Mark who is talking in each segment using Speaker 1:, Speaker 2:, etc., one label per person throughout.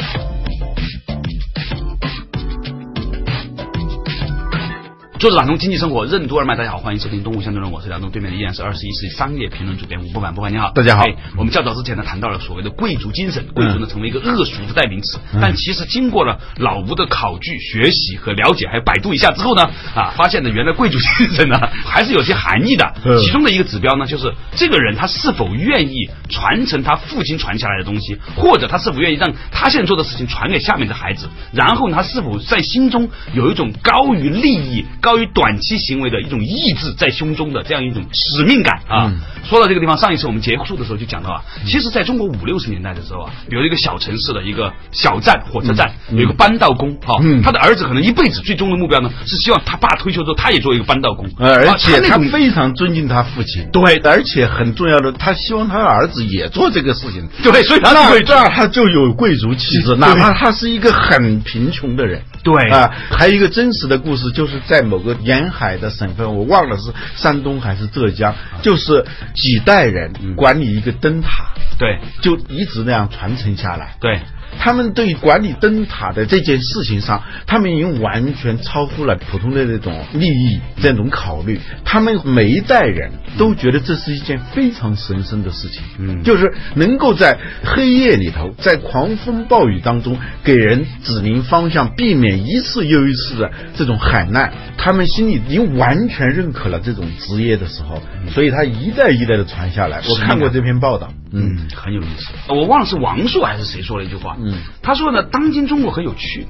Speaker 1: 坐着打通经济生活任督二脉，大家好，欢迎收听《东吴相对论》，我是梁东，对面的依然是二十一世纪商业评论主编吴伯凡，伯凡你好，
Speaker 2: 大家好嗯
Speaker 1: 哎我们较早之前呢谈到了所谓的贵族精神，贵族呢成为一个恶俗的代名词，但其实经过了老吴的考据、学习和了解，还有百度一下之后呢，啊，发现呢原来贵族精神呢 还是有些含义的
Speaker 2: 嗯，
Speaker 1: 其中的一个指标呢就是这个人他是否愿意传承他父亲传下来的东西，或者他是否愿意让他现在做的事情传给下面的孩子，然后呢他是否在心中有一种高于利益、高于短期行为的一种意志在胸中的这样一种使命感啊。
Speaker 2: 嗯
Speaker 1: 说到这个地方，上一次我们结束的时候就讲到啊，其实在中国五六十年代的时候啊，比如一个小城市的一个小站火车站，有一个扳道工哈、
Speaker 2: 嗯
Speaker 1: 他的儿子可能一辈子最终的目标呢是希望他爸退休之后他也做一个扳道工，
Speaker 2: 呃，而
Speaker 1: 啊
Speaker 2: 且
Speaker 1: 那
Speaker 2: 他
Speaker 1: 种
Speaker 2: 非常尊敬他父亲，
Speaker 1: 对
Speaker 2: 而且很重要的，他希望他的儿子也做这个事情，
Speaker 1: 对，所以他
Speaker 2: 那
Speaker 1: 会
Speaker 2: 这样他就有贵族气质，哪怕他是一个很贫穷的人。
Speaker 1: 对
Speaker 2: 啊、还有一个真实的故事，就是在某个沿海的省份，我忘了是山东还是浙江，就是几代人管理一个灯塔，
Speaker 1: 对
Speaker 2: 就一直那样传承下来。
Speaker 1: 对
Speaker 2: 他们对管理灯塔的这件事情上，他们已经完全超乎了普通的这种利益这种考虑。他们每一代人都觉得这是一件非常神圣的事情，
Speaker 1: 嗯
Speaker 2: 就是能够在黑夜里头，在狂风暴雨当中给人指明方向，避免一次又一次的这种海难。他们心里已经完全认可了这种职业的时候，
Speaker 1: 嗯
Speaker 2: 所以他一代一代的传下来。我
Speaker 1: 是的
Speaker 2: 看过这篇报道，嗯。
Speaker 1: 嗯，很有意思。我忘了是王朔还是谁说了一句话，
Speaker 2: 嗯，
Speaker 1: 他说呢，当今中国很有趣，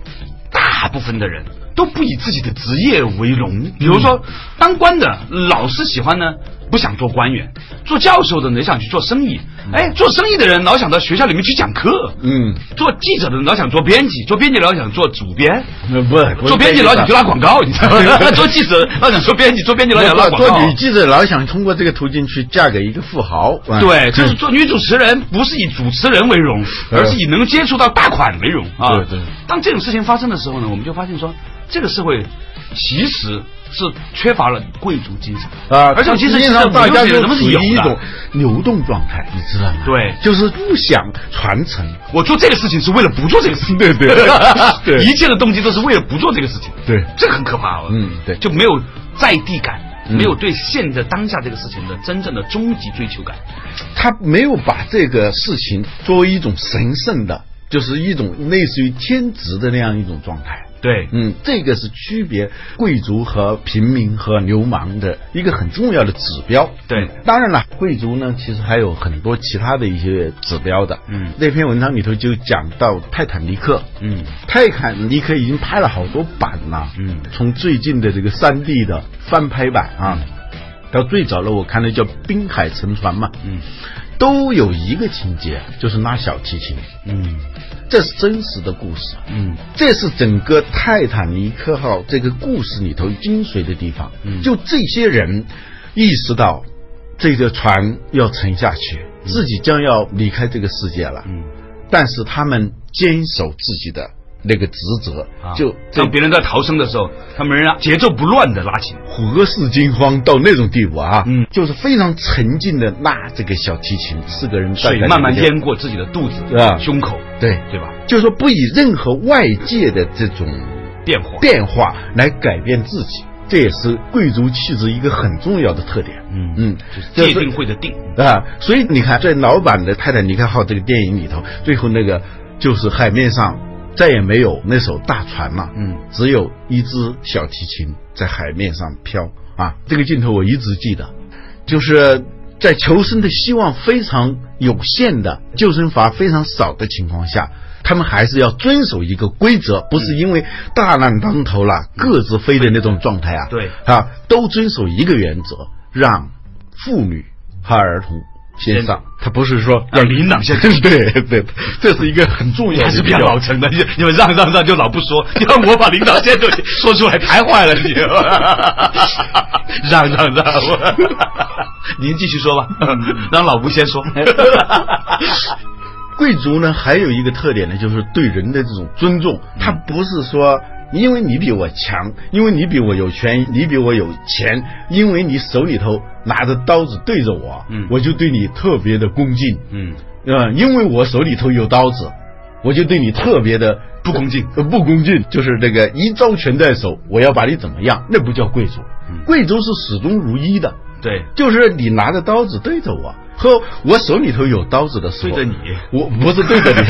Speaker 1: 大部分的人都不以自己的职业为荣。比如
Speaker 2: 嗯
Speaker 1: 说，当官的老是喜欢呢，不想做官员；做教授的呢，想去做生意；哎，做生意的人老想到学校里面去讲课。
Speaker 2: 嗯
Speaker 1: 做记者的人老想做编辑，做编辑的老想做主编，
Speaker 2: 那不不是
Speaker 1: 做编辑老想去拉广告，你知道吗？ 做记者老想做编辑，做编辑老想拉广告。
Speaker 2: 做女记者老想通过这个途径去嫁给一个富豪，啊
Speaker 1: 对，就是做女主持人，不是以主持人为荣，
Speaker 2: 呃
Speaker 1: 而是以能接触到大款为荣啊。
Speaker 2: 对对
Speaker 1: 当这种事情发生的时候呢，我们就发现说，这个社会其实是缺乏了贵族精神
Speaker 2: 啊，
Speaker 1: 而且其
Speaker 2: 实
Speaker 1: 实
Speaker 2: 际上大家
Speaker 1: 是什
Speaker 2: 都
Speaker 1: 么
Speaker 2: 处
Speaker 1: 是有
Speaker 2: 于一
Speaker 1: 的
Speaker 2: 种。流动状态，你知道吗？
Speaker 1: 对
Speaker 2: 就是不想传承。
Speaker 1: 我做这个事情是为了不做这个事情，
Speaker 2: 对对 对
Speaker 1: 一切的动机都是为了不做这个事情，
Speaker 2: 对
Speaker 1: 这个很可怕啊，
Speaker 2: 嗯对
Speaker 1: 就没有在地感，
Speaker 2: 嗯
Speaker 1: 没有对现在当下这个事情的真正的终极追求感，
Speaker 2: 他没有把这个事情作为一种神圣的，就是一种类似于天职的那样一种状态。
Speaker 1: 对
Speaker 2: 嗯，这个是区别贵族和平民和流氓的一个很重要的指标。
Speaker 1: 对
Speaker 2: 当然了，贵族呢其实还有很多其他的一些指标的。
Speaker 1: 嗯
Speaker 2: 那篇文章里头就讲到泰坦尼克。
Speaker 1: 嗯，
Speaker 2: 泰坦尼克已经拍了好多版了。
Speaker 1: 嗯
Speaker 2: 从最近的这个三 D 的翻拍版啊，到最早的我看的叫《滨海沉船》嘛。
Speaker 1: 嗯，
Speaker 2: 都有一个情节，就是拉小提琴。
Speaker 1: 嗯
Speaker 2: 这是真实的故事。
Speaker 1: 嗯
Speaker 2: 这是整个泰坦尼克号这个故事里头精髓的地方。
Speaker 1: 嗯
Speaker 2: 就这些人意识到这个船要沉下去，自己将要离开这个世界了，
Speaker 1: 嗯，
Speaker 2: 但是他们坚守自己的那个职责，
Speaker 1: 啊
Speaker 2: 就这
Speaker 1: 当别人在逃生的时候，他们仍然节奏不乱的拉琴。
Speaker 2: 何事惊慌到那种地步啊！
Speaker 1: 嗯
Speaker 2: 就是非常沉静的拉这个小提琴，四个人站在
Speaker 1: 水
Speaker 2: 那
Speaker 1: 慢慢
Speaker 2: 边
Speaker 1: 淹过自己的肚子、
Speaker 2: 啊
Speaker 1: 胸口，
Speaker 2: 对，
Speaker 1: 对吧？
Speaker 2: 就是说不以任何外界的这种
Speaker 1: 变化，
Speaker 2: 变化来改变自己，这也是贵族气质一个很重要的特点。
Speaker 1: 嗯
Speaker 2: 嗯，
Speaker 1: 就是界定会的定。
Speaker 2: 啊，所以你看，在老版的《泰坦尼克号》这个电影里头，最后那个就是海面上再也没有那艘大船了，
Speaker 1: 嗯，
Speaker 2: 只有一只小提琴在海面上飘啊，这个镜头我一直记得，就是。在求生的希望非常有限的救生筏非常少的情况下，他们还是要遵守一个规则，不是因为大难当头了各自飞的那种状态啊，
Speaker 1: 对
Speaker 2: 啊，都遵守一个原则，让妇女和儿童先上，他不是说
Speaker 1: 要领导啊先
Speaker 2: 对对，这是一个很重要的，
Speaker 1: 还是比较老成的，你你们让让让就老不说， 要我把领导先都说出来，太坏了你。 让让让，您继续说吧，让老吴先 说。
Speaker 2: 贵族呢，还有一个特点呢，就是对人的这种尊重，他不是说。因为你比我强，因为你比我有权，你比我有钱，因为你手里头拿着刀子对着我，
Speaker 1: 嗯
Speaker 2: 我就对你特别的恭敬，
Speaker 1: 嗯，
Speaker 2: 嗯，因为我手里头有刀子，我就对你特别的
Speaker 1: 不恭敬
Speaker 2: 呃不恭敬就是这个一招拳在手，我要把你怎么样，那不叫贵族，
Speaker 1: 嗯
Speaker 2: 贵族是始终如一的，
Speaker 1: 对，
Speaker 2: 就是你拿着刀子对着我，和我手里头有刀子的时候，
Speaker 1: 对着你
Speaker 2: 我不是对着你，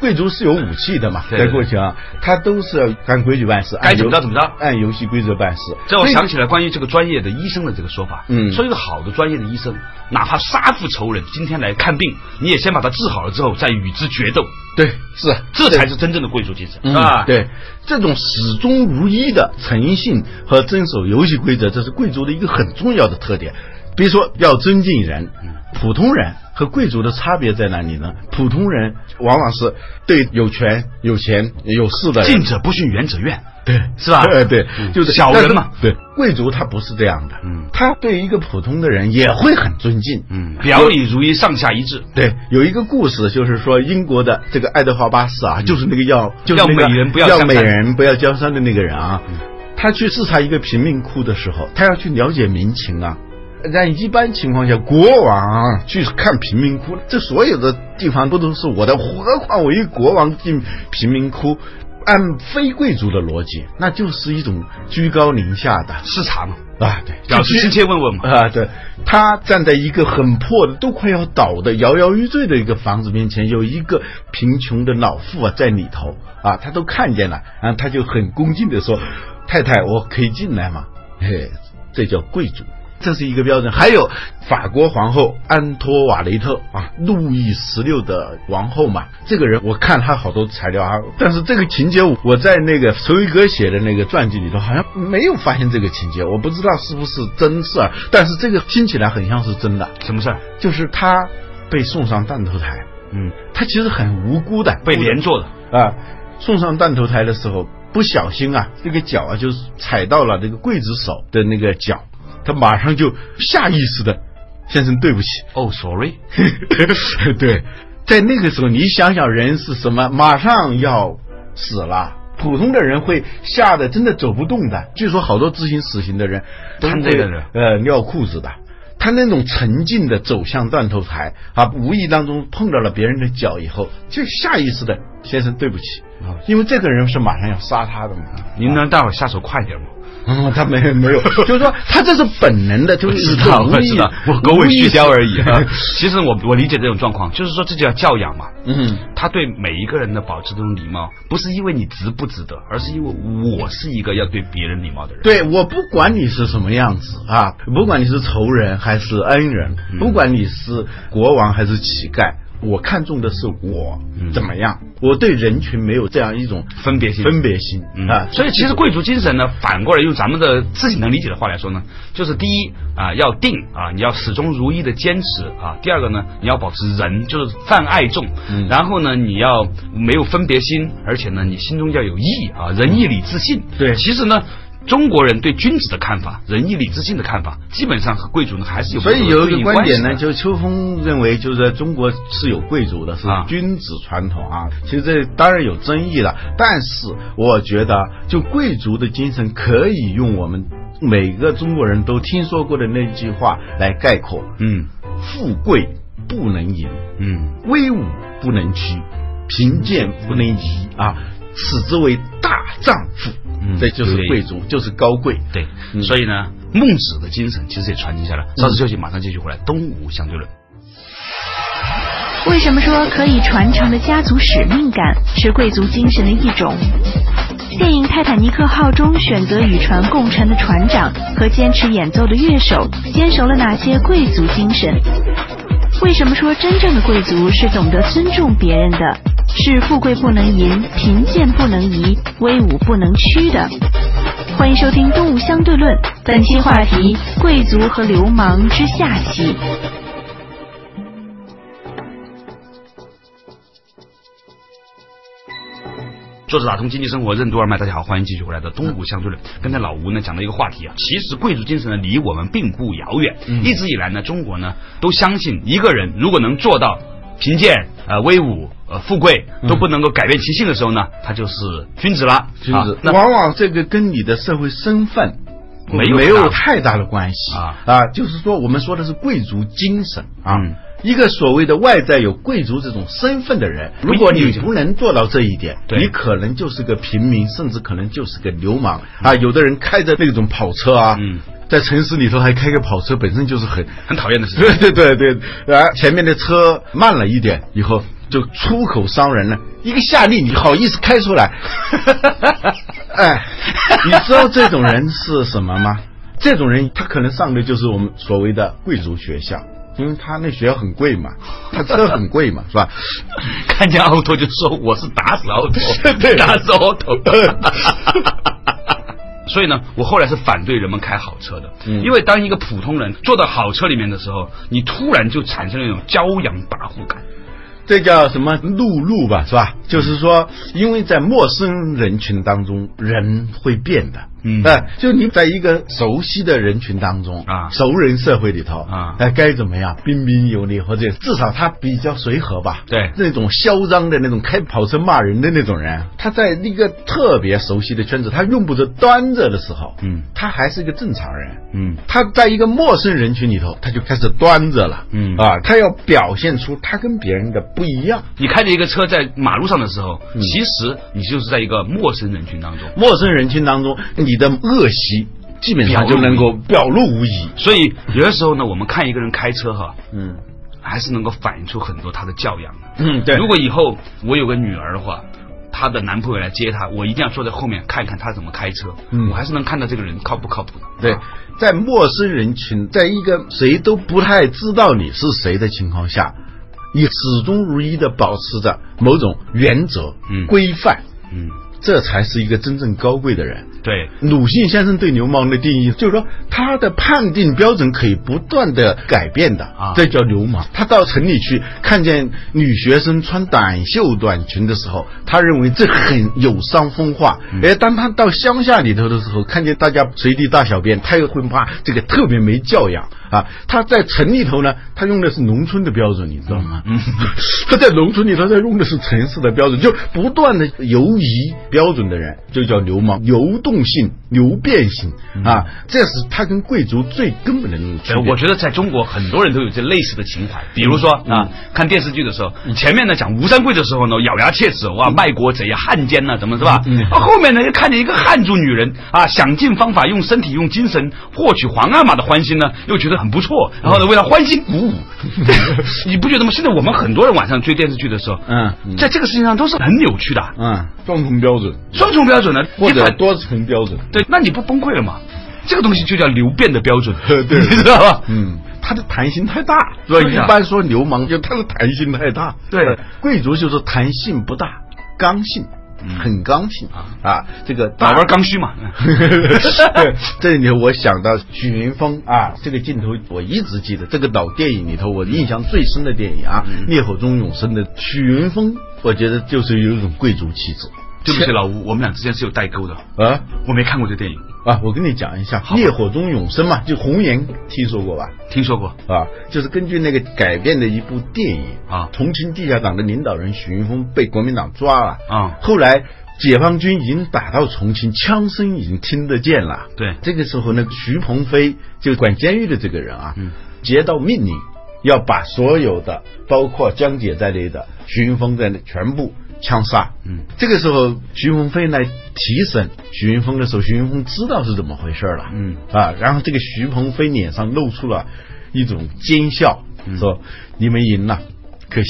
Speaker 2: 贵族是有武器的嘛，
Speaker 1: 对
Speaker 2: 在
Speaker 1: 对
Speaker 2: 过去啊，他都是要按规矩办事，
Speaker 1: 该
Speaker 2: 按
Speaker 1: 怎么
Speaker 2: 游
Speaker 1: 着怎么着
Speaker 2: 按游戏规则办事。
Speaker 1: 这我
Speaker 2: 那个
Speaker 1: 想起来关于这个专业的医生的这个说法。
Speaker 2: 嗯
Speaker 1: 说一个好的专业的医生，哪怕杀父仇人，今天来看病，你也先把他治好了之后，再与之决斗，
Speaker 2: 对是啊
Speaker 1: 这才是真正的贵族精神，
Speaker 2: 嗯
Speaker 1: 啊。。
Speaker 2: 对，这种始终如一的诚信和遵守游戏规则，这是贵族的一个很重要的特点。比如说，要尊敬人，
Speaker 1: 嗯
Speaker 2: 普通人和贵族的差别在哪里呢？普通人往往是对有权、有钱、有势的人
Speaker 1: 近者不逊，远者怨。
Speaker 2: 对，
Speaker 1: 是吧
Speaker 2: 对，
Speaker 1: 嗯
Speaker 2: 就是
Speaker 1: 小人嘛。
Speaker 2: 但是对，贵族他不是这样的，
Speaker 1: 嗯
Speaker 2: 他对一个普通的人也会很尊敬，
Speaker 1: 嗯，表里如一，上下一致。
Speaker 2: 对，有一个故事，就是说英国的这个爱德华八世啊，就是那个要就是
Speaker 1: 嗯要
Speaker 2: 那个
Speaker 1: 美人不要
Speaker 2: 要
Speaker 1: 江
Speaker 2: 美
Speaker 1: 山嗯
Speaker 2: 人不要江山的那个人啊，他去视察一个贫民窟的时候，他要去了解民情啊。但一般情况下，国王啊去看贫民窟，这所有的地方不都是我的？何况我一国王进贫民窟，按非贵族的逻辑，那就是一种居高临下的
Speaker 1: 视察嘛，
Speaker 2: 啊，对，
Speaker 1: 表示亲切问问嘛。
Speaker 2: 啊，对，他站在一个很破的、都快要倒的、摇摇欲坠的一个房子面前，有一个贫穷的老妇啊在里头啊，他都看见了，然后他就很恭敬的说：“太太，我可以进来吗？”嘿，这叫贵族。这是一个标准，还有法国皇后安托瓦雷特啊，路易十六的王后嘛。这个人我看他好多材料啊，但是这个情节我在那个茨威格写的那个传记里头好像没有发现这个情节，我不知道是不是真事儿，但是这个听起来很像是真的，
Speaker 1: 什么事儿？
Speaker 2: 就是他被送上断头台，
Speaker 1: 嗯，
Speaker 2: 他其实很无辜的，
Speaker 1: 被连坐的。
Speaker 2: 啊，送上断头台的时候，不小心啊，这个脚啊就踩到了这个刽子手的那个脚，他马上就下意识的，先生对不起，
Speaker 1: 哦，sorry。
Speaker 2: 对，在那个时候，你想想人是什么，马上要死了。普通的人会吓得真的走不动的。据说好多执行死刑的人，
Speaker 1: 都
Speaker 2: 他
Speaker 1: 是
Speaker 2: 会
Speaker 1: 这个人
Speaker 2: 呃尿裤子的。他那种沉静的走向断头台啊，无意当中碰到了别人的脚以后，就下意识的先生对不起
Speaker 1: 啊，
Speaker 2: 因为这个人是马上要杀他的嘛。
Speaker 1: 您能待会儿下手快点吗？
Speaker 2: 嗯，他没没有， 就是说他这是本能的，就 是
Speaker 1: 知道，
Speaker 2: 无
Speaker 1: 我
Speaker 2: 意
Speaker 1: 知道，我狗尾
Speaker 2: 无意
Speaker 1: 续
Speaker 2: 识
Speaker 1: 貂而已。 啊其实我我理解这种状况，就是说这就叫教养嘛。
Speaker 2: 嗯，
Speaker 1: 他对每一个人的保持这种礼貌，不是因为你值不值得，而是因为我是一个要对别人礼貌的人。
Speaker 2: 对，我不管你是什么样子啊，不管你是仇人还是恩人，不管你是国王还是乞丐，我看重的是我怎么样。我对人群没有这样一种
Speaker 1: 分别心
Speaker 2: 分别心
Speaker 1: 嗯
Speaker 2: 啊，
Speaker 1: 所以其实贵族精神呢，反过来用咱们的自己能理解的话来说呢，就是第一啊、要定啊，你要始终如一的坚持啊；第二个呢，你要保持仁，就是泛爱众；
Speaker 2: 嗯
Speaker 1: 然后呢，你要没有分别心，而且呢，你心中要有义啊，仁义礼智信。
Speaker 2: 对
Speaker 1: 其实呢。中国人对君子的看法、仁义礼智信的看法，基本上和贵族呢还是有
Speaker 2: 所以有一个观点呢，
Speaker 1: 就
Speaker 2: 就是秋风认为，就是在中国是有贵族的，是
Speaker 1: 啊
Speaker 2: 君子传统啊。其实这当然有争议了，但是我觉得，就贵族的精神可以用我们每个中国人都听说过的那句话来概括：
Speaker 1: 嗯
Speaker 2: 富贵不能淫，
Speaker 1: 嗯，
Speaker 2: 威武不能屈，贫贱不能移啊，此之为大丈夫。
Speaker 1: 嗯
Speaker 2: 这就是
Speaker 1: 有点
Speaker 2: 贵族，就是高贵。
Speaker 1: 对，
Speaker 2: 嗯
Speaker 1: 所以呢，孟子的精神其实也传承下来。稍事休息，马上继续回来。东吴相对论。
Speaker 3: 为什么说可以传承的家族使命感是贵族精神的一种？电影《泰坦尼克号》中选择与船共乘的船长和坚持演奏的乐手，坚守了哪些贵族精神？为什么说真正的贵族是懂得尊重别人的，是富贵不能淫，贫贱不能移，威武不能屈的？欢迎收听《东吴相对论》，本期话题：贵族和流氓之下期。
Speaker 1: 作者打通经济生活任督二脉，大家好，欢迎继续回来
Speaker 2: 嗯
Speaker 1: 的东吴相对论。刚才老吴呢讲了一个话题啊，其实贵族精神呢离我们并不遥远。
Speaker 2: 嗯
Speaker 1: 一直以来呢，中国呢都相信一个人如果能做到贫贱、呃威武、呃富贵
Speaker 2: 嗯
Speaker 1: 都不能够改变其性的时候呢，他就是君子了。
Speaker 2: 君
Speaker 1: 啊
Speaker 2: 子、
Speaker 1: 那
Speaker 2: 往往这个跟你的社会身份
Speaker 1: 没有
Speaker 2: 没
Speaker 1: 太大
Speaker 2: 有太大的关系
Speaker 1: 啊
Speaker 2: 就是说我们说的是贵族精神啊。
Speaker 1: 嗯
Speaker 2: 一个所谓的外在有贵族这种身份的人，
Speaker 1: 不一定
Speaker 2: 如果你不能做到这一点，
Speaker 1: 对
Speaker 2: 你可能就是个平民，甚至可能就是个流氓啊！有的人开着那种跑车啊，
Speaker 1: 嗯
Speaker 2: 在城市里头还开个跑车，本身就是很
Speaker 1: 很讨厌的事情。
Speaker 2: 对对对对，然后前面的车慢了一点以后，就出口伤人了，一个下力，你好意思开出来？哎，你知道这种人是什么吗？这种人他可能上的就是我们所谓的贵族学校。因为他那学校很贵嘛，他车很贵嘛，是吧？
Speaker 1: 看见奥拓就说我是嗯打死奥拓，
Speaker 2: 对
Speaker 1: 打死奥拓。 所以呢，我后来是反对人们开好车的，
Speaker 2: 嗯
Speaker 1: 因为当一个普通人坐到好车里面的时候，你突然就产生了一种骄阳跋扈感。
Speaker 2: 这叫什么陆路吧，是吧？就是说，因为在陌生人群当中，人会变的。
Speaker 1: 嗯
Speaker 2: 哎、就你在一个熟悉的人群当中
Speaker 1: 啊
Speaker 2: 熟人社会里头
Speaker 1: 啊
Speaker 2: 哎、该怎么样彬彬有礼，或者至少他比较随和吧。
Speaker 1: 对
Speaker 2: 那种嚣张的那种开跑车骂人的那种人，他在一个特别熟悉的圈子，他用不着端着的时候，
Speaker 1: 嗯
Speaker 2: 他还是一个正常人。
Speaker 1: 嗯
Speaker 2: 他在一个陌生人群里头，他就开始端着了，
Speaker 1: 嗯
Speaker 2: 啊，他要表现出他跟别人的不一样。
Speaker 1: 你开着一个车在马路上的时候，其实你就是在一个陌生人群当中。
Speaker 2: 陌生人群当中，你的恶习基本上就能够表露无遗。
Speaker 1: 所以有的时候呢，我们看一个人开车哈，
Speaker 2: 嗯
Speaker 1: 还是能够反映出很多他的教养的。
Speaker 2: 嗯，对。
Speaker 1: 如果以后我有个女儿的话，她的男朋友来接她，我一定要坐在后面看看她怎么开车。
Speaker 2: 嗯
Speaker 1: 我还是能看到这个人靠不靠谱的。
Speaker 2: 对，在陌生人群，在一个谁都不太知道你是谁的情况下，你始终如一的保持着某种原则、
Speaker 1: 嗯
Speaker 2: 规范，
Speaker 1: 嗯，
Speaker 2: 这才是一个真正高贵的人。
Speaker 1: 对，
Speaker 2: 鲁迅先生对流氓的定义，就是说他的判定标准可以不断的改变的
Speaker 1: 啊
Speaker 2: 这叫流氓。他到城里去看见女学生穿短袖短裙的时候，他认为这很有伤风化；而当他到乡下里头的时候，看见大家随地大小便，他也会骂这个特别没教养啊。他在城里头呢，他用的是农村的标准，你知道吗？
Speaker 1: 嗯
Speaker 2: 他在农村里头，他用的是城市的标准，就不断的游移标准的人，就叫流氓，流动性、流变性啊，这是他跟贵族最根本的那种区
Speaker 1: 呃
Speaker 2: 别。
Speaker 1: 我觉得在中国很多人都有这类似的情怀，比如说
Speaker 2: 嗯
Speaker 1: 啊，看电视剧的时候，前面呢讲吴三桂的时候呢，咬牙切齿，哇，卖国贼啊，汉奸呐、怎么是吧？
Speaker 2: 嗯
Speaker 1: 啊，后面呢又看见一个汉族女人啊，想尽方法用身体用精神获取皇阿玛的欢心呢，又觉得很不错，
Speaker 2: 嗯
Speaker 1: 然后呢为她欢欣 鼓舞，你不觉得吗？现在我们很多人晚上追电视剧的时候，
Speaker 2: 嗯
Speaker 1: 在这个事情上都是很扭曲的，啊
Speaker 2: 嗯，双重标准
Speaker 1: 双重标准呢，
Speaker 2: 或
Speaker 1: 你
Speaker 2: 者
Speaker 1: 反
Speaker 2: 多重标准，嗯
Speaker 1: 对，那你不崩溃了吗？这个东西就叫流变的标准，
Speaker 2: 对
Speaker 1: 你知道吧？
Speaker 2: 嗯，他的弹性太大，是吧？
Speaker 1: 对
Speaker 2: 一
Speaker 1: 呀
Speaker 2: 般说流氓就他的弹性太大，
Speaker 1: 对
Speaker 2: 呃贵族就是弹性不大，刚性，很刚性啊，这个
Speaker 1: 打
Speaker 2: 大
Speaker 1: 玩刚需 嘛。
Speaker 2: 对 这里我想到许云峰啊，这个镜头我一直记得，这个老电影里头我印象最深的电影啊，烈火中永生》的许云峰，我觉得就是有一种贵族气质
Speaker 1: 对不起，老吴，我们俩之间是有代沟的，
Speaker 2: 啊
Speaker 1: 我没看过这电影，
Speaker 2: 啊！我跟你讲一下，《烈火中永生》嘛，就红岩听说过吧？
Speaker 1: 听说过。
Speaker 2: 啊，就是根据那个改编的一部电影
Speaker 1: 啊
Speaker 2: 重庆地下党的领导人许云峰被国民党抓了
Speaker 1: 啊
Speaker 2: 后来解放军已经打到重庆，枪声已经听得见了。
Speaker 1: 对
Speaker 2: 这个时候呢，徐鹏飞就管监狱的这个人啊，
Speaker 1: 嗯
Speaker 2: 接到命令，要把所有的，包括江姐在内的徐云峰在内全部枪杀。
Speaker 1: 嗯，
Speaker 2: 这个时候徐鹏飞来提审徐云峰的时候，徐云峰知道是怎么回事了。
Speaker 1: 嗯
Speaker 2: 啊，然后这个徐鹏飞脸上露出了一种奸笑，
Speaker 1: 嗯
Speaker 2: 说：“你们赢了，可惜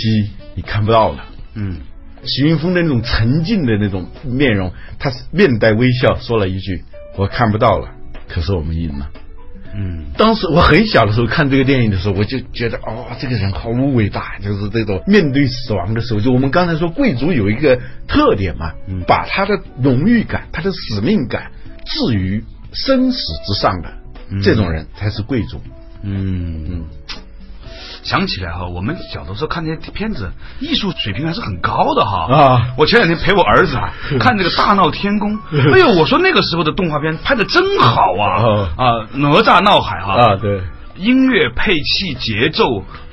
Speaker 2: 你看不到了。”
Speaker 1: 嗯，
Speaker 2: 徐云峰的那种沉静的那种面容，他面带微笑说了一句：“我看不到了，可是我们赢了。”
Speaker 1: 嗯，
Speaker 2: 当时我很小的时候看这个电影的时候，我就觉得哦，这个人好伟大，就是这种面对死亡的时候，就我们刚才说贵族有一个特点嘛，把他的荣誉感、他的使命感置于嗯生死之上的、这种人才是贵族。
Speaker 1: 嗯，想起来哈，我们小的时候看那些片子，艺术水平还是很高的哈。
Speaker 2: 啊
Speaker 1: 我前两天陪我儿子 啊看那个《大闹天宫》，哎呦，我说那个时候的动画片拍的真好啊
Speaker 2: 啊
Speaker 1: 啊，哪吒闹海哈，
Speaker 2: 啊，对，
Speaker 1: 音乐配器、节奏、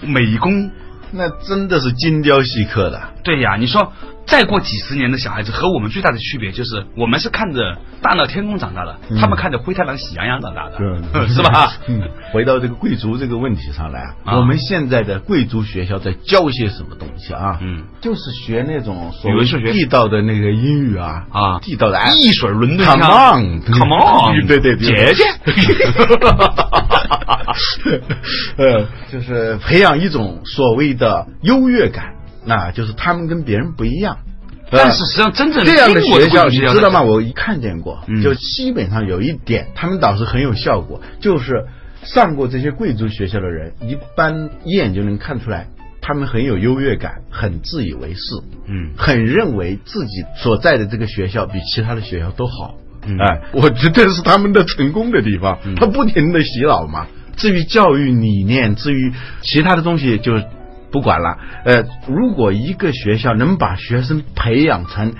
Speaker 1: 美工，
Speaker 2: 那真的是精雕细刻的。
Speaker 1: 对呀，你说再过几十年的小孩子和我们最大的区别就是，我们是看着《大闹天宫》长大的，
Speaker 2: 嗯
Speaker 1: 他们看着《灰太狼》《喜羊羊》长大 的，是吧？
Speaker 2: 嗯，回到这个贵族这个问题上来啊，
Speaker 1: 啊
Speaker 2: 我们现在的贵族学校在教些什么东西啊？
Speaker 1: 嗯，
Speaker 2: 就是学那种所
Speaker 1: 语
Speaker 2: 谓
Speaker 1: 文数学
Speaker 2: 地道的那个英语啊，
Speaker 1: 啊
Speaker 2: 地道的哎
Speaker 1: 一水伦敦腔
Speaker 2: Come on，Come
Speaker 1: Come on，
Speaker 2: 对对对，
Speaker 1: 姐姐
Speaker 2: 呃，就是培养一种所谓的优越感，那就是他们跟别人不一样。呃
Speaker 1: 但是实际上真正
Speaker 2: 这样的
Speaker 1: 英国的
Speaker 2: 学校，
Speaker 1: 贵族
Speaker 2: 你
Speaker 1: 学校
Speaker 2: 知道
Speaker 1: 在
Speaker 2: 吗？我一看见过，
Speaker 1: 嗯
Speaker 2: 就基本上有一点，他们导师很有效果，就是上过这些贵族学校的人，一般一眼就能看出来，他们很有优越感，很自以为是，
Speaker 1: 嗯
Speaker 2: 很认为自己所在的这个学校比其他的学校都好。
Speaker 1: 嗯
Speaker 2: 哎，我觉得是他们的成功的地方，他不停的洗脑嘛。至于教育理念，至于其他的东西就不管了。呃，如果一个学校能把学生培养成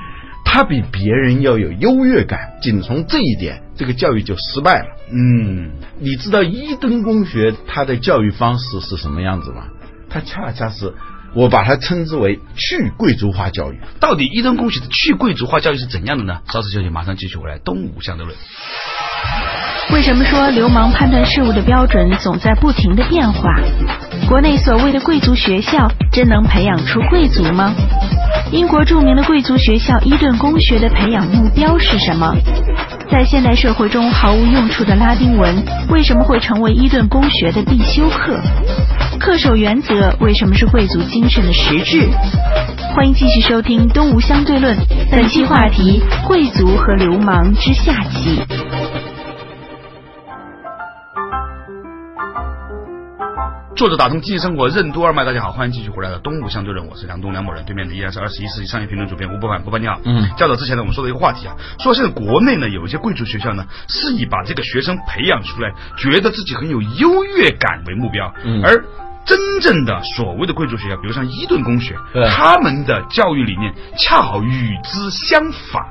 Speaker 2: 他比别人要有优越感，仅从这一点，这个教育就失败了。
Speaker 1: 嗯，
Speaker 2: 你知道伊顿公学它的教育方式是什么样子吗？它恰恰是我把它称之为去贵族化教育。
Speaker 1: 到底伊顿公学的去贵族化教育是怎样的呢？稍事休息，马上继续回来。东吴相对论，
Speaker 3: 为什么说流氓判断事物的标准总在不停的变化？国内所谓的贵族学校，真能培养出贵族吗？英国著名的贵族学校伊顿公学的培养目标是什么？在现代社会中毫无用处的拉丁文，为什么会成为伊顿公学的必修课？恪守原则为什么是贵族精神的实质？欢迎继续收听《东吴相对论》，本期话题：贵族和流氓之下集。
Speaker 1: 作者打通经济生活任督二脉，大家好，欢迎继续回来的东吴相对论，我是梁东梁某人，对面的依然是二十一世纪商业评论主编吴伯凡，伯凡你好。
Speaker 2: 嗯
Speaker 1: 较早之前呢，我们说到一个话题啊，说现在国内呢有一些贵族学校呢，是以把这个学生培养出来，觉得自己很有优越感为目标，
Speaker 2: 嗯
Speaker 1: 而。真正的所谓的贵族学校，比如像伊顿公学
Speaker 2: 对，
Speaker 1: 他们的教育理念恰好与之相反。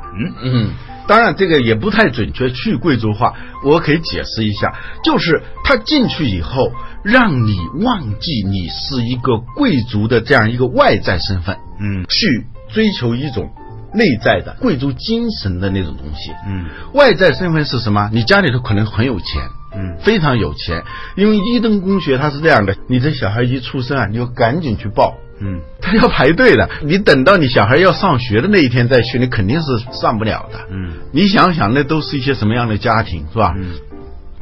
Speaker 2: 嗯，当然这个也不太准确，去贵族化，我可以解释一下，就是他进去以后，让你忘记你是一个贵族的这样一个外在身份，
Speaker 1: 嗯
Speaker 2: 去追求一种内在的贵族精神的那种东西。
Speaker 1: 嗯，
Speaker 2: 外在身份是什么？你家里头可能很有钱。
Speaker 1: 嗯
Speaker 2: 非常有钱，因为伊顿公学它是这样的，你这小孩一出生啊，你就赶紧去报，
Speaker 1: 嗯
Speaker 2: 他要排队的。你等到你小孩要上学的那一天再去，你肯定是上不了的。
Speaker 1: 嗯
Speaker 2: 你想想，那都是一些什么样的家庭，是吧？
Speaker 1: 嗯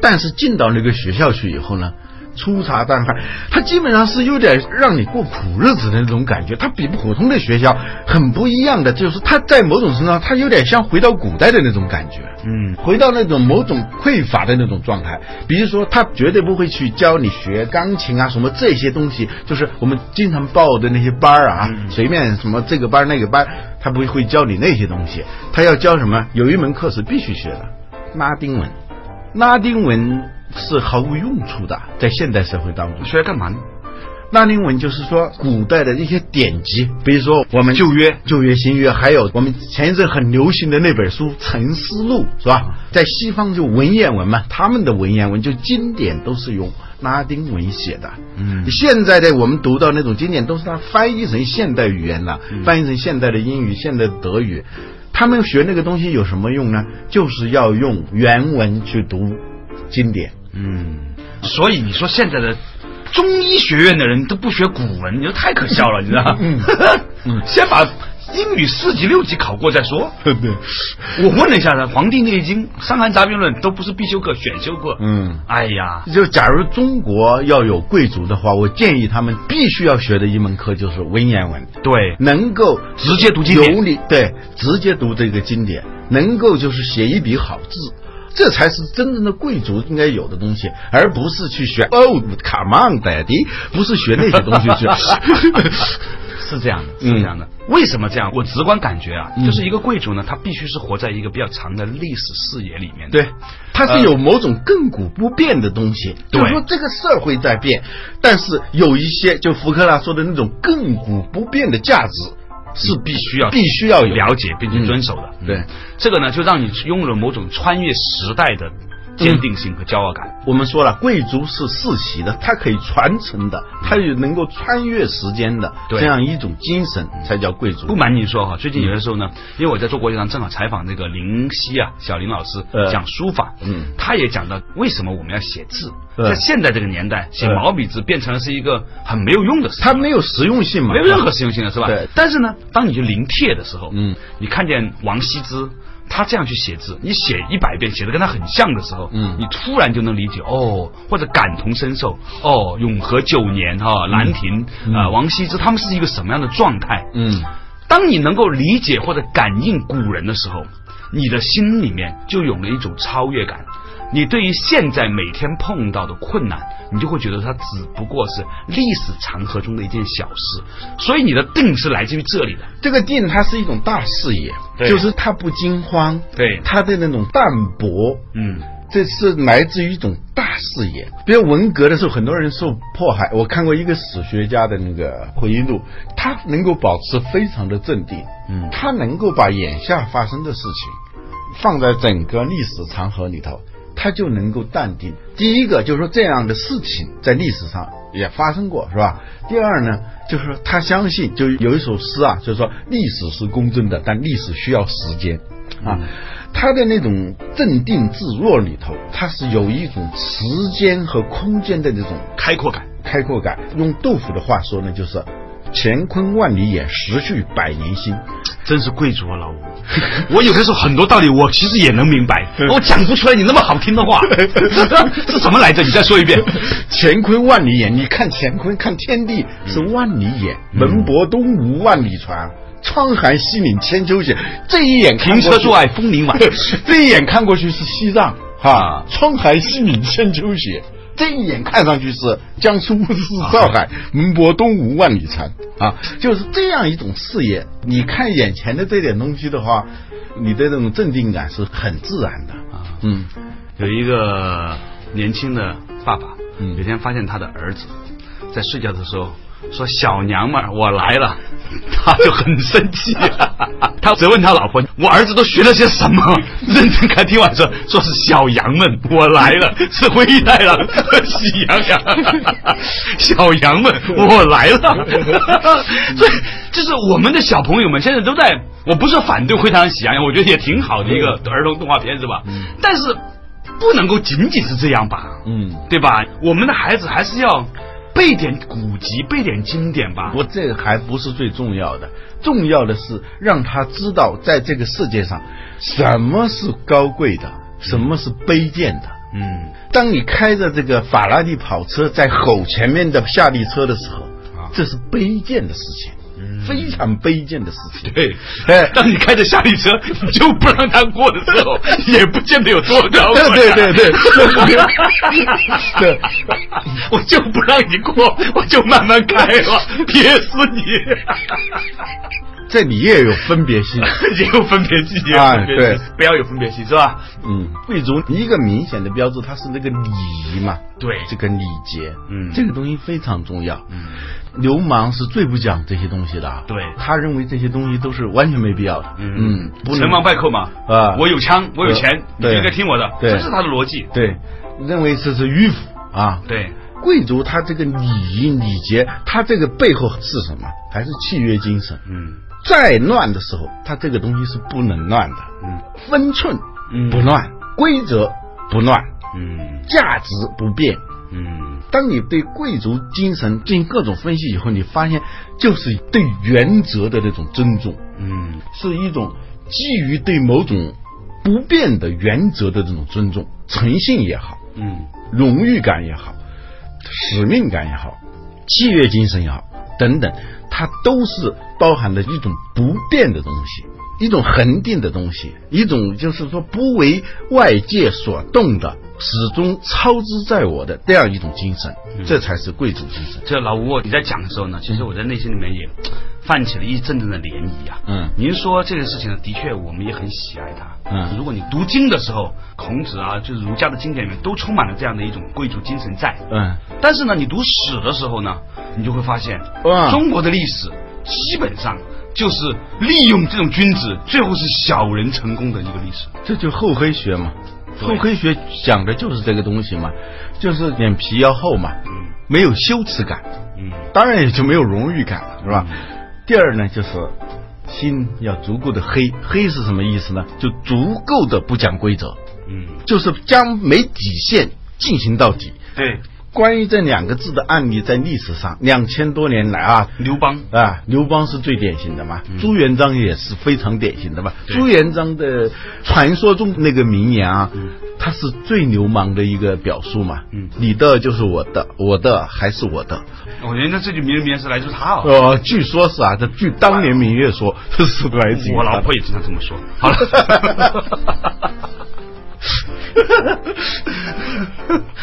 Speaker 2: 但是进到那个学校去以后呢，粗茶淡饭，它基本上是有点让你过苦日子的那种感觉。它比普通的学校很不一样的，就是它在某种程度上，它有点像回到古代的那种感觉。
Speaker 1: 嗯
Speaker 2: 回到那种某种匮乏的那种状态。比如说，他绝对不会去教你学钢琴啊，什么这些东西，就是我们经常报的那些班儿啊，随便什么这个班儿那个班儿，他不会教你那些东西。他要教什么？有一门课是必须学的，拉丁文。拉丁文是毫无用处的，在现代社会当中，
Speaker 1: 学来干嘛呢？
Speaker 2: 拉丁文就是说古代的一些典籍，比如说我们旧约、旧约、新约，还有我们前一阵很流行的那本书《沉思录》，是吧？在西方就文言文嘛，他们的文言文就经典都是用拉丁文写的。
Speaker 1: 嗯
Speaker 2: 现在的我们读到那种经典，都是它翻译成现代语言了，翻译成现代的英语、现代的德语。他们学那个东西有什么用呢？就是要用原文去读经典。
Speaker 1: 嗯，所以你说现在的中医学院的人都不学古文，你说太可笑了，你知道吗？
Speaker 2: 嗯
Speaker 1: 先把英语四级、六级考过再说。
Speaker 2: 对，
Speaker 1: 我问了一下呢，《黄帝内经》《伤寒杂病论》都不是必修课、选修课。
Speaker 2: 嗯。
Speaker 1: 哎呀，
Speaker 2: 就假如中国要有贵族的话，我建议他们必须要学的一门课就是文言文，
Speaker 1: 对，
Speaker 2: 能够
Speaker 1: 直接读经典
Speaker 2: 有理对，直接读这个经典，能够就是写一笔好字。这才是真正的贵族应该有的东西，而不是去学哦，卡曼 daddy，不是学那些东西去。
Speaker 1: 是这样的，是这样的。为什么这样？我直观感觉
Speaker 2: 嗯
Speaker 1: 啊，就是一个贵族呢，他必须是活在一个比较长的历史视野里面的。
Speaker 2: 对，它是有某种亘古不变的东西，
Speaker 1: 呃对
Speaker 2: 就是说这个社会在变，但是有一些就福克纳说的那种亘古不变的价值是必须
Speaker 1: 要
Speaker 2: 必须要有
Speaker 1: 了解并且遵守的。
Speaker 2: 嗯对，
Speaker 1: 这个呢，就让你拥有了某种穿越时代的坚定性和骄傲感。
Speaker 2: 我们说了，贵族是世袭的，它可以传承的，它有能够穿越时间的
Speaker 1: 嗯对嗯
Speaker 2: 这样一种精神，才叫贵族。
Speaker 1: 不瞒您说哈，最
Speaker 2: 嗯
Speaker 1: 近有的时候呢，因为我在做国际上正好采访那个林夕啊，小林老师
Speaker 2: 呃
Speaker 1: 讲书法，
Speaker 2: 嗯，
Speaker 1: 他也讲到为什么我们要写字，
Speaker 2: 呃
Speaker 1: 在现在这个年代，写
Speaker 2: 呃
Speaker 1: 毛笔字变成了是一个很没有用的事情，
Speaker 2: 它没有实用性嘛？
Speaker 1: 没有任何实用性的是吧？
Speaker 2: 对
Speaker 1: 但是呢，当你去临帖的时候，
Speaker 2: 嗯，
Speaker 1: 你看见王羲之。他这样去写字，你写一百遍，写的跟他很像的时候，
Speaker 2: 嗯
Speaker 1: 你突然就能理解哦，或者感同身受哦。永和九年
Speaker 2: 嗯
Speaker 1: 哈，兰亭啊、呃王羲之他们是一个什么样的状态？
Speaker 2: 嗯，
Speaker 1: 当你能够理解或者感应古人的时候，你的心里面就有了一种超越感。你对于现在每天碰到的困难，你就会觉得它只不过是历史长河中的一件小事，所以你的定是来自于这里的。
Speaker 2: 这个定它是一种大视野，
Speaker 1: 对
Speaker 2: 就是它不惊慌，
Speaker 1: 对
Speaker 2: 它的那种淡泊，
Speaker 1: 嗯，
Speaker 2: 这是来自于一种大视野。比如文革的时候，很多人受迫害，我看过一个史学家的那个回忆录，他能够保持非常的镇定，
Speaker 1: 嗯
Speaker 2: 他能够把眼下发生的事情放在整个历史长河里头。他就能够淡定。第一个就是说，这样的事情在历史上也发生过，是吧？第二呢，就是说他相信，就有一首诗啊，就是说历史是公正的，但历史需要时间。啊，他的那种镇定自若里头，他是有一种时间和空间的那种
Speaker 1: 开阔感。
Speaker 2: 开阔感。用杜甫的话说呢，就是“乾坤万里眼，时序百年心
Speaker 1: 真是贵族啊， 老吴！我有的时候很多道理，我其实也能明 白，我讲不出来你那么好听的 话，是什么来着？你再说 一遍。”。
Speaker 2: 乾坤万里眼，你看乾坤，看天地是万里眼，门泊东吴万里船。窗含西岭千秋雪，这一眼看
Speaker 1: 停
Speaker 2: 过去
Speaker 1: 车坐爱枫林晚，
Speaker 2: 这一眼看过去是西藏，哈
Speaker 1: 啊，
Speaker 2: 窗含西岭千秋雪。这一眼看上去是江苏是上海，门泊东吴万里长啊，就是这样一种视野。你看眼前的这点东西的话，你的那种镇定感是很自然的
Speaker 1: 啊
Speaker 2: 嗯，
Speaker 1: 有一个年轻的爸爸，
Speaker 2: 嗯
Speaker 1: 有天发现他的儿子在睡觉的时候说：“小娘们儿，我来了。” 他就很生气、 他责问他老婆：“我儿子都学了些什么？” 认真看，听完说：“说是小羊们，我来了， 是灰太狼 和喜羊羊， 小羊们，我来了。” 所以，就是我们的小朋友们现在都在，我不是反对灰太狼、喜羊羊，我觉得也挺好的一个儿童动画片，是吧？但是。不能够仅仅是这样吧？
Speaker 2: 嗯，
Speaker 1: 对吧？我们的孩子还是要背点古籍，背点经典吧。
Speaker 2: 我这还不是最重要的，重要的是让他知道，在这个世界上，什么是高贵的，什么是卑贱的。
Speaker 1: 嗯，
Speaker 2: 当你开着这个法拉利跑车在吼前面的夏利车的时候
Speaker 1: 啊，嗯
Speaker 2: 这是卑贱的事情，非常卑贱的事情。
Speaker 1: 对。
Speaker 2: 哎，
Speaker 1: 当你开着夏利车你就不让他过的时 候，也不见得有多高贵啊、
Speaker 2: 对对对 对对
Speaker 1: 我就不让你过，我就慢慢开了，憋死你！
Speaker 2: 这里也有分别心。
Speaker 1: 也有分别心，也有分别
Speaker 2: 哎
Speaker 1: 心，
Speaker 2: 对
Speaker 1: 不要有分别心，是吧？
Speaker 2: 嗯，贵族一个明显的标志，它是那个礼仪嘛，
Speaker 1: 对
Speaker 2: 这个礼节，
Speaker 1: 嗯
Speaker 2: 这个东西非常重要。嗯，流氓是最不讲这些东西的啊，
Speaker 1: 对
Speaker 2: 他认为这些东西都是完全没必要的。嗯，不能
Speaker 1: 成王败寇嘛，
Speaker 2: 啊
Speaker 1: 我有枪，我有钱，你
Speaker 2: 对
Speaker 1: 就应该听我的，
Speaker 2: 对
Speaker 1: 这是他的逻辑，
Speaker 2: 对，认为这是迂腐啊。
Speaker 1: 对。
Speaker 2: 贵族他这个礼仪礼节，他这个背后是什么？还是契约精神。
Speaker 1: 嗯，
Speaker 2: 再乱的时候，他这个东西是不能乱的。
Speaker 1: 嗯，
Speaker 2: 分寸
Speaker 1: 嗯
Speaker 2: 不乱，规则不乱，
Speaker 1: 嗯
Speaker 2: 价值不变。
Speaker 1: 嗯，
Speaker 2: 当你对贵族精神进行各种分析以后，你发现就是对原则的那种尊重，
Speaker 1: 嗯，
Speaker 2: 是一种基于对某种不变的原则的这种尊重，诚信也好，
Speaker 1: 嗯，
Speaker 2: 荣誉感也好，使命感也好，契约精神也好，等等，它都是包含了一种不变的东西，一种恒定的东西，一种就是说不为外界所动的，始终操之在我的
Speaker 1: 嗯
Speaker 2: 这样一种精神，这才是贵族精神。
Speaker 1: 这老吴，你在讲的时候呢，其实我在内心里面也泛起了一阵阵的涟漪啊。
Speaker 2: 嗯
Speaker 1: 您说这个事情呢，的确我们也很喜爱它。
Speaker 2: 嗯
Speaker 1: 如果你读经的时候，孔子啊，就是儒家的经典里面都充满了这样的一种贵族精神在。
Speaker 2: 嗯，
Speaker 1: 但是呢，你读史的时候呢，你就会发现，
Speaker 2: 哇
Speaker 1: 中国的历史基本上就是利用这种君子，最后是小人成功的一个历史。
Speaker 2: 这就厚黑学嘛。
Speaker 1: 对
Speaker 2: 厚黑学讲的就是这个东西嘛，就是脸皮要厚嘛，
Speaker 1: 嗯
Speaker 2: 没有羞耻感，
Speaker 1: 嗯
Speaker 2: 当然也就没有荣誉感了，是吧？第二呢，就是心要足够的黑，黑是什么意思呢？就足够的不讲规则，
Speaker 1: 嗯，
Speaker 2: 就是将没底线进行到底。
Speaker 1: 对，
Speaker 2: 关于这两个字的案例，在历史上两千多年来啊，
Speaker 1: 刘邦。
Speaker 2: 啊，刘邦是最典型的嘛，朱元璋也是非常典型的嘛。
Speaker 1: 嗯对
Speaker 2: 朱元璋的传说中那个名言啊，他是最流氓的一个表述嘛。
Speaker 1: 嗯
Speaker 2: 你的就是我的，我的还是我的。
Speaker 1: 我觉得这句名人名言是来自他哦。
Speaker 2: 呃，据说是啊，这据当年明月说， 这是啊来自于
Speaker 1: 我
Speaker 2: 他
Speaker 1: 老婆也经常这么说。好了，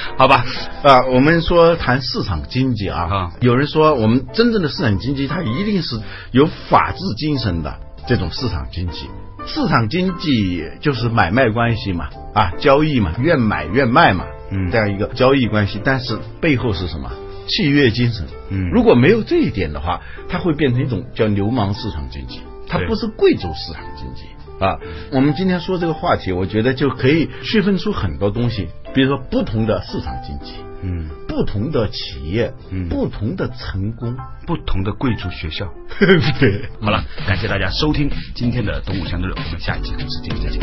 Speaker 1: 好吧，
Speaker 2: 啊，我们说谈市场经济啊，
Speaker 1: 啊
Speaker 2: 有人说我们真正的市场经济，它一定是有法治精神的这种市场经济。市场经济就是买卖关系嘛，啊，交易嘛，愿买愿卖嘛，
Speaker 1: 嗯
Speaker 2: 这样一个交易关系。但是背后是什么？契约精神。
Speaker 1: 嗯
Speaker 2: 如果没有这一点的话，它会变成一种叫流氓市场经济，它
Speaker 1: 对
Speaker 2: 不是贵族市场经济。啊，我们今天说这个话题，我觉得就可以区分出很多东西，比如说不同的市场经济，
Speaker 1: 嗯，
Speaker 2: 不同的企业，
Speaker 1: 嗯
Speaker 2: 不同的成功。
Speaker 1: 不同的贵族学校。
Speaker 2: 对不对？
Speaker 1: 好了，感谢大家收听今天的《东吴相对论》，我们下一期同时见，再见。